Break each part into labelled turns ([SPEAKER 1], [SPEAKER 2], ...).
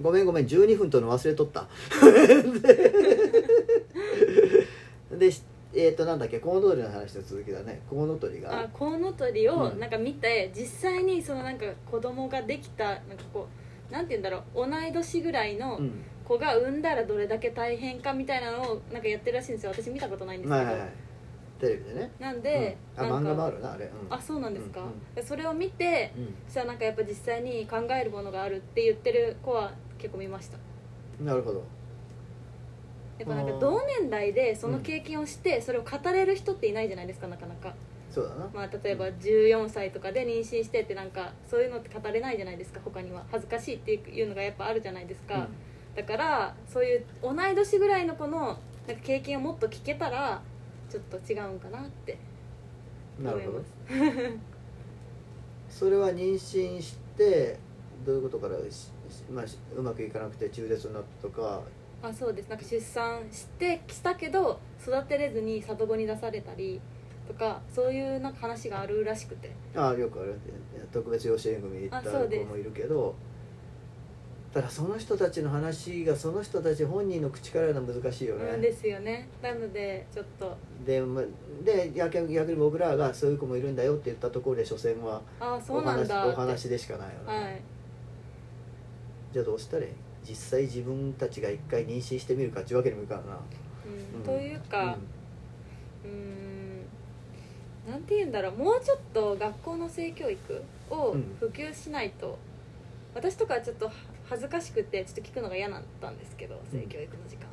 [SPEAKER 1] ごめんごめん12分との忘れとった でしえっ、となんだっけコウノトリの話の続きだねコウノトリが
[SPEAKER 2] あコウノトリを
[SPEAKER 1] うん
[SPEAKER 2] なんか見て、実際にそのなんか子供ができたなんかこうなんて言うんだろう同い年ぐらいの
[SPEAKER 1] うん
[SPEAKER 2] 子が産んだらどれだけ大変かみたいなのをなんかやってるらしいんですよ私見たことないんですけ
[SPEAKER 1] は
[SPEAKER 2] ど、
[SPEAKER 1] いはいはいテレビでね
[SPEAKER 2] なんで、
[SPEAKER 1] うん、あ
[SPEAKER 2] な
[SPEAKER 1] 漫
[SPEAKER 2] んか
[SPEAKER 1] 画もあるなあれ、うん、
[SPEAKER 2] あそうなんですか、
[SPEAKER 1] う
[SPEAKER 2] それを見て
[SPEAKER 1] う
[SPEAKER 2] そしたらなんかやっぱ実際に考えるものがあるって言ってる子は結構見ました
[SPEAKER 1] ん、なるほど
[SPEAKER 2] やっぱなん
[SPEAKER 1] あ
[SPEAKER 2] か
[SPEAKER 1] ー
[SPEAKER 2] 同年代でその経験をしてそれを語れる人っていないじゃないですかなかなか、
[SPEAKER 1] そうだな
[SPEAKER 2] まあ、例えば14歳とかで妊娠してってなんかそういうのって語れないじゃないですか他には恥ずかしいっていうのがやっぱあるじゃないですか、だからそういう同い年ぐらいの子のなんか経験をもっと聞けたらちょっと違うんかなって
[SPEAKER 1] うん、な
[SPEAKER 2] 思
[SPEAKER 1] る
[SPEAKER 2] い
[SPEAKER 1] ほ
[SPEAKER 2] ま
[SPEAKER 1] ど
[SPEAKER 2] す
[SPEAKER 1] それは妊娠してどういうことからし、しまあ、しうまくいかなくて中絶になったとか
[SPEAKER 2] あそうですなんか出産してしたけど育てれずに里子に出されたりとかそういうなんか話があるらしくて
[SPEAKER 1] ああよくある特別養子縁組行った
[SPEAKER 2] あそうで
[SPEAKER 1] 子
[SPEAKER 2] す
[SPEAKER 1] もいるけどただその人たちの話がその人たち本人の口からのは難しいよね、
[SPEAKER 2] うんですよねなのでちょっと
[SPEAKER 1] でまで逆に逆に僕らがそういう子もいるんだよって言ったところで所詮は
[SPEAKER 2] ああそ
[SPEAKER 1] お
[SPEAKER 2] うなん
[SPEAKER 1] 話
[SPEAKER 2] だ
[SPEAKER 1] お話でしかないよね、
[SPEAKER 2] はい
[SPEAKER 1] じゃあどうしたらいい実際自分たちが一回妊娠してみるかっていうわけにもいかんな、
[SPEAKER 2] うん
[SPEAKER 1] うん
[SPEAKER 2] というかうんんなんて言うんだろうもうちょっと学校の性教育を
[SPEAKER 1] うん
[SPEAKER 2] 普及しないと、私とかはちょっとは恥ずかしくてちょっと聞くのが嫌だったんですけど性教育の時間、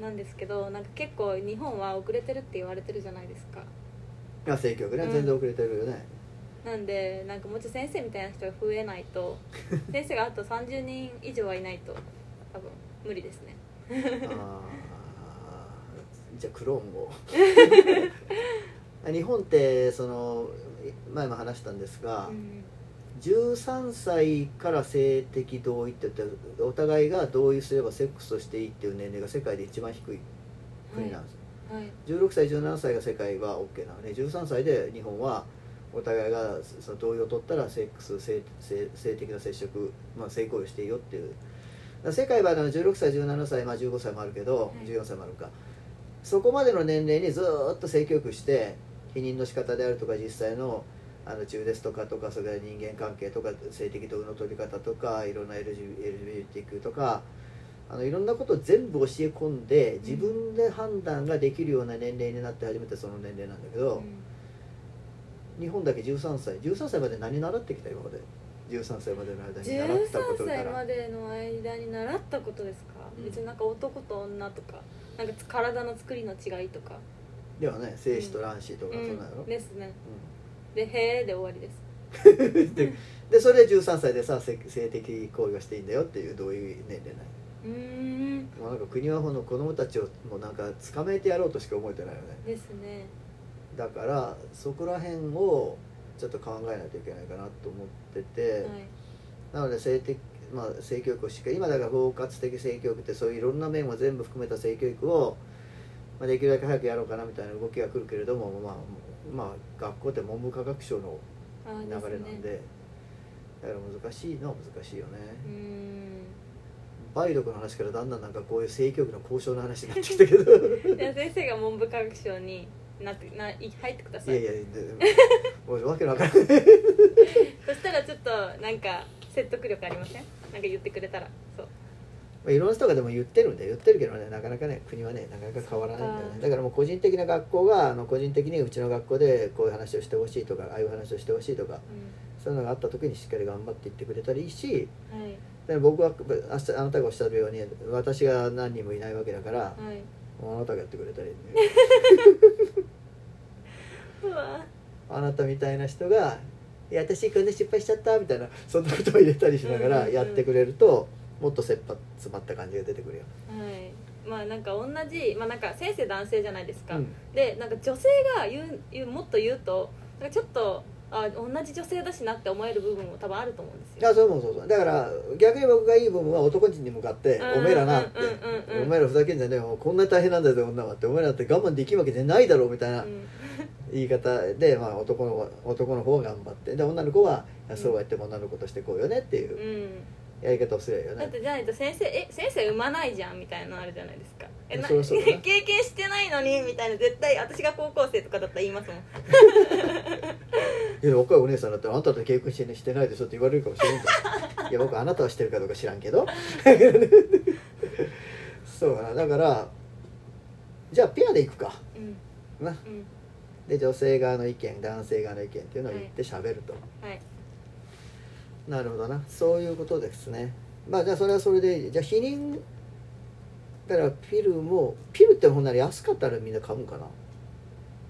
[SPEAKER 2] なんですけどなんか結構日本は遅れてるって言われてるじゃないですか
[SPEAKER 1] うん、あ性教育ね
[SPEAKER 2] うん
[SPEAKER 1] 全然遅れてるよね、
[SPEAKER 2] なんでなんかもうちょっと先生みたいな人が増えない と先生があと30人以上はいないと多分無理ですね
[SPEAKER 1] あーじゃあクローン を日本ってその前も話したんですが、
[SPEAKER 2] うん
[SPEAKER 1] 13歳から性的同意って言ってお互いが同意すればセックスをしていいっていう年齢が世界で一番低い国なんです、
[SPEAKER 2] はい、はい
[SPEAKER 1] 16歳17歳が世界は OK なので13歳で日本はお互いがその同意を取ったらセックス性性性的な接触、まあ、性行為をしていいよっていうだから世界はあの16歳17歳、まあ、15歳もあるけど
[SPEAKER 2] はい
[SPEAKER 1] 14歳もあるか、そこまでの年齢にずーっと性教育して避妊の仕方であるとか実際のあの中絶とかとかそれから人間関係とか性的同意の取り方とかいろんな LGBT LGBTQ とかあのいろんなことを全部教え込んで自分で判断ができるような年齢になって初めてその年齢なんだけ
[SPEAKER 2] う
[SPEAKER 1] ど、
[SPEAKER 2] ん
[SPEAKER 1] 日本だけ13歳13歳まで何習ってきた今まで13歳までの間に習ったこと
[SPEAKER 2] 13
[SPEAKER 1] か
[SPEAKER 2] 歳
[SPEAKER 1] ら
[SPEAKER 2] までの間に習ったことですか、
[SPEAKER 1] うん
[SPEAKER 2] 別になんか男と女とかなんか体の作りの違いとか、
[SPEAKER 1] ではね精子と卵子とか
[SPEAKER 2] う
[SPEAKER 1] そんなんやろ、
[SPEAKER 2] ん、ですね
[SPEAKER 1] うん
[SPEAKER 2] で「へえ」で終わりです
[SPEAKER 1] ででそれで13歳でさせ性的行為がしていいんだよっていう同意年齢ないう
[SPEAKER 2] ーん
[SPEAKER 1] もうなんか国はこの子供たちをもうなんか捕まえてやろうとしか思えてないよね
[SPEAKER 2] ですね
[SPEAKER 1] だからそこら辺をちょっと考えないといけないかなと思ってて、
[SPEAKER 2] はい
[SPEAKER 1] なので性的、まあ、性教育をしっかり今だから包括的性教育ってそういういろんな面を全部含めた性教育を、まあ、できるだけ早くやろうかなみたいな動きが来るけれども、まあ、まあ学校って文部科学省の
[SPEAKER 2] あー
[SPEAKER 1] 流れ
[SPEAKER 2] ですね
[SPEAKER 1] なんでだから難しいのは難しいよね、
[SPEAKER 2] うーん
[SPEAKER 1] 梅毒の話からだんだんなんかこういう性教育の交渉の話になってきたけど
[SPEAKER 2] いや先生が文部科学省になってない入ってくだ
[SPEAKER 1] い
[SPEAKER 2] さ
[SPEAKER 1] や
[SPEAKER 2] い
[SPEAKER 1] いやでもうわけのわからない
[SPEAKER 2] そしたらちょっとなんか説得力ありませんなんか言ってくれたらそう
[SPEAKER 1] まあいろんな人がでも言ってるんで言ってるけどねなかなかね国はねなかなか変わらないんだよ
[SPEAKER 2] そ
[SPEAKER 1] ね
[SPEAKER 2] うか
[SPEAKER 1] だからもう個人的な学校があの個人的にうちの学校でこういう話をしてほしいとかああいう話をしてほしいとかそういうのがあった時にしっかり頑張っていってくれたらいいし
[SPEAKER 2] うん、はい
[SPEAKER 1] で僕はああなたがおっしゃるように私が何人もいないわけだから
[SPEAKER 2] はい
[SPEAKER 1] もうあなたがやってくれたらいいんだよ
[SPEAKER 2] うわ
[SPEAKER 1] あなたみたいな人が「いや私こんな失敗しちゃった」みたいなそんなことを入れたりしなが
[SPEAKER 2] うんうん
[SPEAKER 1] ら
[SPEAKER 2] うん
[SPEAKER 1] やってくれるともっと切羽詰まった感じが出てくるよ。
[SPEAKER 2] はいまあなんか同じ、まあ、なんか先生男性じゃないですか、
[SPEAKER 1] うん
[SPEAKER 2] でなんか女性が言う言うもっと言うとなんかちょっとあ同じ女性だしなって思える部分も多分あると思うんですよ
[SPEAKER 1] あそうそうそうそうだから逆に僕がいい部分は男人に向かって「
[SPEAKER 2] うん
[SPEAKER 1] おめえらな」って
[SPEAKER 2] うんうんうんう
[SPEAKER 1] 「
[SPEAKER 2] ん
[SPEAKER 1] お前らふざけんじゃねえよこんな大変なんだよ女は」って「お前らって我慢できるわけじゃないだろ」うみたいな
[SPEAKER 2] うん
[SPEAKER 1] 言い方で、まあ、男の子男の方は頑張ってで女の子は「いやそうは言っても女の子としてこうよね」っていううんやり方をすればいいよ
[SPEAKER 2] だっ
[SPEAKER 1] ね
[SPEAKER 2] てじゃないと先生「え先生産まないじゃん」みたいなのあるじゃないですかえな
[SPEAKER 1] そろそろね
[SPEAKER 2] 経験してないのにみたいな絶対私が高校生とかだったら言いますもん
[SPEAKER 1] いや若いお姉さんだったら「あんたと結婚してしてないでしょ」って言われるかもしれないけどい や僕あなたはしてるかどうか知らんけどそうかなだからじゃあペアで行くか
[SPEAKER 2] うん
[SPEAKER 1] な
[SPEAKER 2] うん
[SPEAKER 1] で女性側の意見男性側の意見っていうのを言って喋ると、
[SPEAKER 2] はい
[SPEAKER 1] なるほどなそういうことですねまあじゃあそれはそれでじゃあ避妊だからピルもピルってほんなら安かったらみんな買うんかな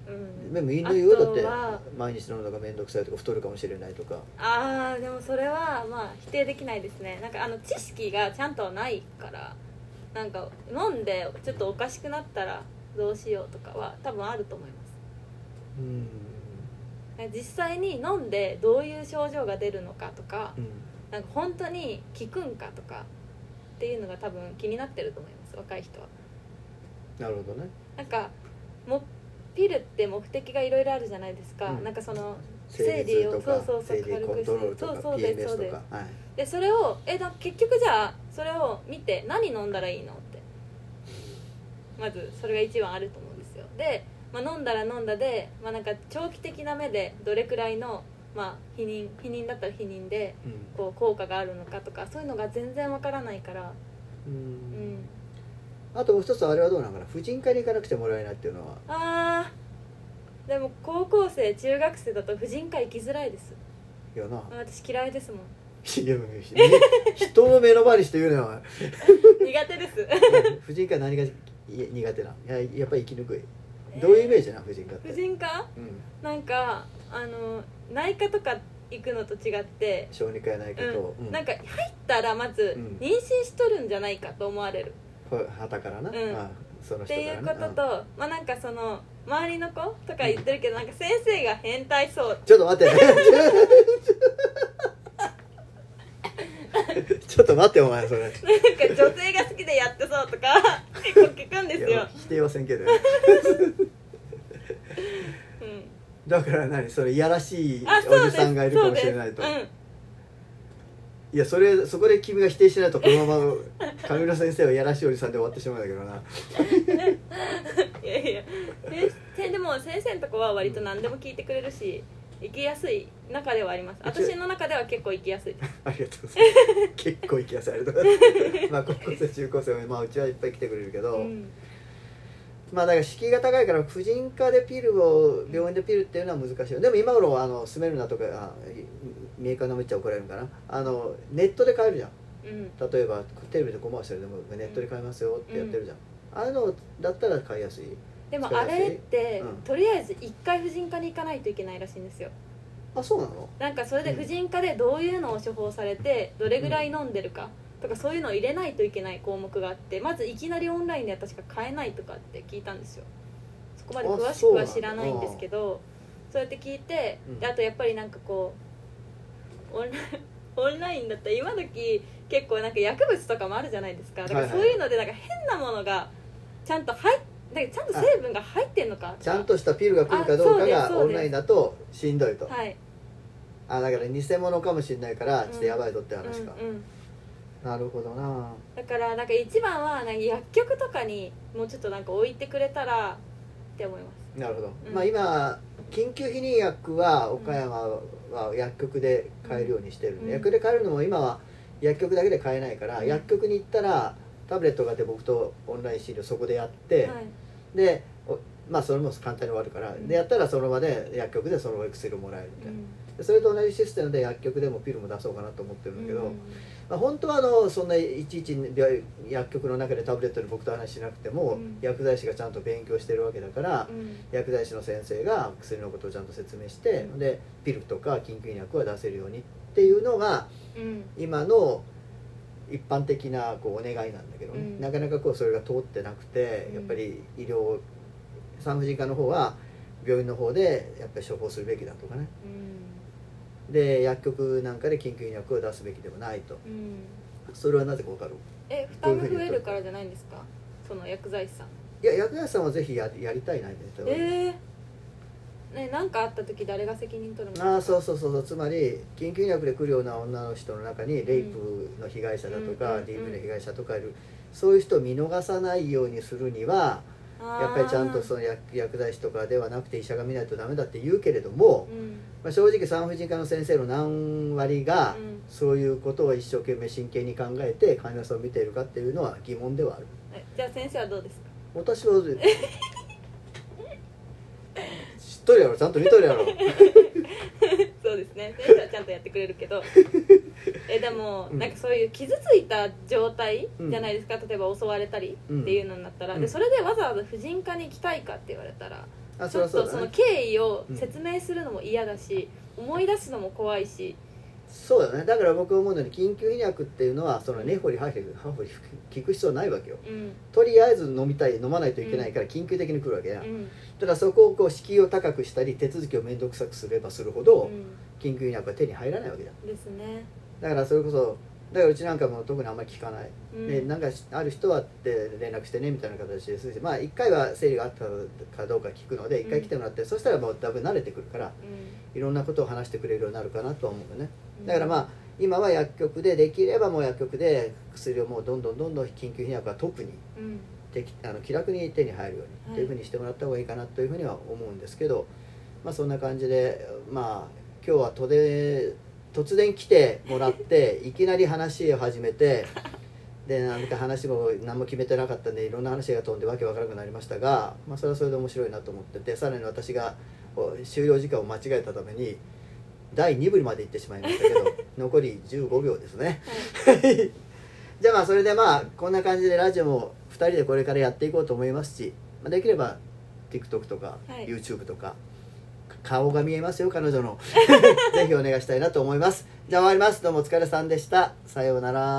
[SPEAKER 2] うん
[SPEAKER 1] でもみんな言うよだ
[SPEAKER 2] あ
[SPEAKER 1] っ
[SPEAKER 2] と
[SPEAKER 1] て
[SPEAKER 2] は
[SPEAKER 1] 毎日飲むのが面倒くさいとか太るかもしれないとか
[SPEAKER 2] あーでもそれはまあ否定できないですねなんかあの知識がちゃんとないからなんか飲んでちょっとおかしくなったらどうしようとかは多分あると思います
[SPEAKER 1] うん
[SPEAKER 2] 実際に飲んでどういう症状が出るのかとか
[SPEAKER 1] うん
[SPEAKER 2] なんか本当に効くんかとかっていうのが多分気になってると思います若い人は
[SPEAKER 1] なるほどね
[SPEAKER 2] なんかもピルって目的がいろいろあるじゃないですか、
[SPEAKER 1] うん
[SPEAKER 2] なんかその
[SPEAKER 1] 生理痛とか
[SPEAKER 2] そうそうそ
[SPEAKER 1] 生
[SPEAKER 2] う
[SPEAKER 1] 理コントロールとか
[SPEAKER 2] そうそうです
[SPEAKER 1] PMS
[SPEAKER 2] そう
[SPEAKER 1] と
[SPEAKER 2] です
[SPEAKER 1] かはい
[SPEAKER 2] でそれをえだ結局じゃあそれを見て何飲んだらいいのってまずそれが一番あると思うんですよで、まあ、飲んだら飲んだで、まあ、なんか長期的な目でどれくらいの、まあ、避妊避妊だったら避妊でこう効果があるのかとかそういうのが全然わからないから
[SPEAKER 1] うん
[SPEAKER 2] う
[SPEAKER 1] うん
[SPEAKER 2] ん
[SPEAKER 1] あともう一つあれはどうなのかな婦人科に行かなくてもらえないっていうのは
[SPEAKER 2] あーでも高校生中学生だと婦人科行きづらいです
[SPEAKER 1] よな
[SPEAKER 2] 私嫌いですもん
[SPEAKER 1] いや人を目の前にして言うなよお前
[SPEAKER 2] 苦手です
[SPEAKER 1] 婦人科何がい苦手なのいややっぱり生きにくいどういうイメージなの婦人科って
[SPEAKER 2] 婦人科
[SPEAKER 1] うん、
[SPEAKER 2] なんかあの内科とか行くのと違って、
[SPEAKER 1] 小児科やないかと、
[SPEAKER 2] う
[SPEAKER 1] うん
[SPEAKER 2] ん、なんか入ったらまず
[SPEAKER 1] うん
[SPEAKER 2] 妊娠しとるんじゃないかと思われる、
[SPEAKER 1] はたからな、
[SPEAKER 2] うん
[SPEAKER 1] まあ、その
[SPEAKER 2] っ
[SPEAKER 1] 人
[SPEAKER 2] てい
[SPEAKER 1] か
[SPEAKER 2] う
[SPEAKER 1] ら
[SPEAKER 2] こ
[SPEAKER 1] な
[SPEAKER 2] と
[SPEAKER 1] うん
[SPEAKER 2] と、まあなんかその周りの子とか言ってるけど、なんか先生が変態そう
[SPEAKER 1] ちょっと待ってちょっと待ってお前それ
[SPEAKER 2] なんか女性が好きでやってそう とか結構聞くんです
[SPEAKER 1] い
[SPEAKER 2] よ
[SPEAKER 1] や、否定はせんけど
[SPEAKER 2] うん、
[SPEAKER 1] だから何それいやらしい
[SPEAKER 2] あそう
[SPEAKER 1] おじ
[SPEAKER 2] です
[SPEAKER 1] さんがいるかもしれないと、
[SPEAKER 2] そうです
[SPEAKER 1] いやそれそこで君が否定しないとこのまま上村先生はいやらしいおじさんで終わってしまうんだけどな
[SPEAKER 2] うん、いやいや先生でも先生のとこは割と何でも聞いてくれるし行きやすい中ではあります
[SPEAKER 1] うち
[SPEAKER 2] 私の中では結構行きやすいです
[SPEAKER 1] ありがとうございます結構行きやすいありがとうござ いますまあ高校生中高生も、まあ、うちはいっぱい来てくれるけど、
[SPEAKER 2] うん
[SPEAKER 1] まあだから敷居が高いから婦人科でピルを病院でピルっていうのは難しいよでも今頃はあの住めるなとかあいメーカーのめっちゃ怒られるのかなあのネットで買えるじゃん
[SPEAKER 2] うん
[SPEAKER 1] 例えばテレビでコマーシャルでもネットで買えますよってやってるじゃん、ああいうのだったら買いやすい
[SPEAKER 2] でも
[SPEAKER 1] そうだ
[SPEAKER 2] あ
[SPEAKER 1] し
[SPEAKER 2] れって、
[SPEAKER 1] うん
[SPEAKER 2] とりあえず一回婦人科に行かないといけないらしいんですよ
[SPEAKER 1] あそうなの
[SPEAKER 2] なんかそれで婦人科でどういうのを処方されてどれぐらい飲んでるかとかそういうのを入れないといけない項目があってまずいきなりオンラインで確か買えないとかって聞いたんですよそこまで詳
[SPEAKER 1] あ
[SPEAKER 2] し
[SPEAKER 1] そ
[SPEAKER 2] く
[SPEAKER 1] うな
[SPEAKER 2] は
[SPEAKER 1] んだ
[SPEAKER 2] 知らないんですけどそうやって聞いて
[SPEAKER 1] うん
[SPEAKER 2] であとやっぱりなんかこうオンライン オンラインだったら今時結構なんか薬物とかもあるじゃないですかだから
[SPEAKER 1] はいは
[SPEAKER 2] そ
[SPEAKER 1] いう
[SPEAKER 2] いうのでなんか変なものがちゃんと入っなんかちゃんと成分が入ってんのか
[SPEAKER 1] ちゃんとしたピルが来るかどうかが
[SPEAKER 2] あそうですそうです
[SPEAKER 1] オンラインだとしんどいと、
[SPEAKER 2] はい
[SPEAKER 1] あだから偽物かもしれないからちょっとやばいぞって話か、
[SPEAKER 2] うんうん
[SPEAKER 1] なるほどな
[SPEAKER 2] だからなんか一番はなんか薬局とかにもうちょっとなんか置いてくれたらって思います
[SPEAKER 1] なるほど、
[SPEAKER 2] うん
[SPEAKER 1] まあ今緊急避妊薬は岡山は薬局で買えるようにしてるんで、
[SPEAKER 2] うん
[SPEAKER 1] 薬局で買えるのも今は薬局だけで買えないから、
[SPEAKER 2] うん
[SPEAKER 1] 薬局に行ったらタブレットがあって僕とオンライン診療そこでやって、
[SPEAKER 2] はい
[SPEAKER 1] でおまあそれも簡単に終わるから、
[SPEAKER 2] うん
[SPEAKER 1] でやったらその場で薬局でその場で薬をもらえるみたいな、でそれと同じシステムで薬局でもピルも出そうかなと思ってるんだけど、まあ、本当はあのそんないちいち病薬局の中でタブレットで僕と話しなくても、
[SPEAKER 2] うん
[SPEAKER 1] 薬剤師がちゃんと勉強してるわけだから
[SPEAKER 2] う、ん
[SPEAKER 1] 薬剤師の先生が薬のことをちゃんと説明して、
[SPEAKER 2] うん
[SPEAKER 1] でピルとか緊急薬は出せるようにっていうのが
[SPEAKER 2] うん
[SPEAKER 1] 今の一般的なこうお願いなんだけどね、
[SPEAKER 2] うん
[SPEAKER 1] なかなかこうそれが通ってなくて、
[SPEAKER 2] うん
[SPEAKER 1] やっぱり医療産婦人科の方は病院の方でやっぱり処方するべきだとかねで薬局なんかで緊急薬を出すべきではないと
[SPEAKER 2] うんうん
[SPEAKER 1] それはなぜか分かる
[SPEAKER 2] え負担が増えるからじゃないんですかその薬剤師さん
[SPEAKER 1] いや薬剤師さんはぜひややりたいなって、
[SPEAKER 2] ええね、なんかあった時誰が責任取るの
[SPEAKER 1] ああそうそうそうそうつまり緊急薬で来るような女の人の中にレイプの被害者だとか、
[SPEAKER 2] うん
[SPEAKER 1] DV の被害者とかいるそういう人を見逃さないようにするにはやっぱりちゃんとそ
[SPEAKER 2] の
[SPEAKER 1] の薬薬剤師とかではなくて医者が見ないとダメだって言うけれども、
[SPEAKER 2] うん
[SPEAKER 1] まあ、正直産婦人科の先生の何割が
[SPEAKER 2] うん
[SPEAKER 1] そういうことを一生懸命真剣に考えて患者さんを見ているかっていうのは疑問ではある
[SPEAKER 2] えじゃあ先生はどうですか
[SPEAKER 1] 私は知っとるやろちゃんと見とるや ろ
[SPEAKER 2] そうですね先生はちゃんとやってくれる けどえでも、
[SPEAKER 1] うん
[SPEAKER 2] なんかそういう傷ついた状態じゃないですか、例えば襲われたりっていうのになったら、
[SPEAKER 1] うん
[SPEAKER 2] でそれでわざわざ婦人科に行きたいかって言われたら、
[SPEAKER 1] あ
[SPEAKER 2] ち
[SPEAKER 1] そり
[SPEAKER 2] ょ
[SPEAKER 1] ゃ
[SPEAKER 2] っ
[SPEAKER 1] そ
[SPEAKER 2] と
[SPEAKER 1] う
[SPEAKER 2] そ
[SPEAKER 1] だ
[SPEAKER 2] の
[SPEAKER 1] ね
[SPEAKER 2] 経緯を説明するのも嫌だし、思い出すのも怖いし
[SPEAKER 1] そうだねだから僕思うのに緊急医薬っていうのはその根掘り葉掘り葉掘り聞く必要ないわけよ
[SPEAKER 2] うん
[SPEAKER 1] とりあえず飲みたい飲まないといけないから緊急的に来るわけや、
[SPEAKER 2] うん
[SPEAKER 1] ただそこをこう敷居を高くしたり手続きを面倒くさくすればするほど
[SPEAKER 2] う
[SPEAKER 1] 緊急医薬は手に入らないわけだ
[SPEAKER 2] んですね、
[SPEAKER 1] だからそれこそだからうちなんかも特にあんまり聞かない、
[SPEAKER 2] うん
[SPEAKER 1] でなんかしある人はって連絡してねみたいな形ですしまあ1回は生理があったかどうか聞くので1回来てもらって、そしたらもうだいぶ慣れてくるから
[SPEAKER 2] う
[SPEAKER 1] いろんなことを話してくれるようになるかなとは思うよね
[SPEAKER 2] ん、
[SPEAKER 1] だからまあ今は薬局でできればもう薬局で薬をもうどんどんどんどん緊急避薬はトップに
[SPEAKER 2] うん
[SPEAKER 1] できあの気楽に手に入るように
[SPEAKER 2] はい
[SPEAKER 1] っていうふうにしてもらった方がいいかなというふうには思うんですけど、まあそんな感じでまあ今日はとで突然来てもらって いきなり話を始めてでなんか話も何も決めてなかったんでいろんな話が飛んでわけわからなくなりましたが、まあ、それはそれで面白いなと思っててさらに私がお終了時間を間違えたために第2部まで行ってしまいましたけ ど残り15秒ですね。
[SPEAKER 2] はい
[SPEAKER 1] じゃあまあそれでまあこんな感じでラジオも2人でこれからやっていこうと思いますし、まあ、できれば TikTok とか
[SPEAKER 2] はい
[SPEAKER 1] YouTube とか、か顔が見えますよ彼 女のぜひお願いしたいなと思いますじゃあ終わりますどうもお疲れさんでしたさようなら